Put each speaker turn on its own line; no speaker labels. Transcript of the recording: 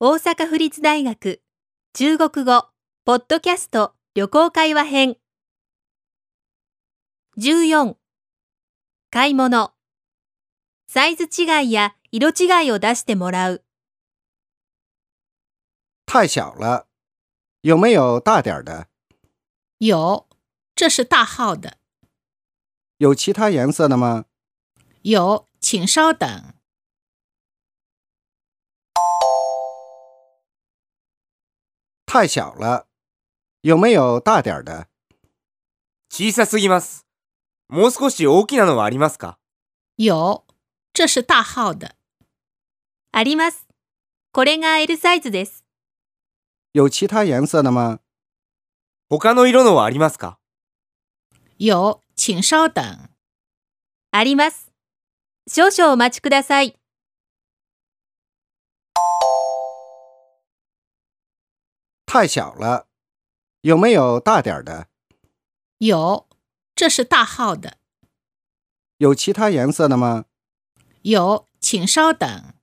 大阪府立大学中国語ポッドキャスト旅行会話編14買い物サイズ違いや色違いを出してもらう
太小了，有没有大点儿的？
有，这是大号的。
有其他颜色的吗？
有，请稍等。
太小了，有没有大点儿的？
小さすぎます。もう少し大きなのはありますか
有，这是大号的。
ありますこれが L サイズです
有其他颜色的吗？
他の色のはありますか
有，请稍等。
あります少々お待ちください
太小了，有没有大点儿的？
有，这是大号的。
有其他颜色的吗？
有，请稍等。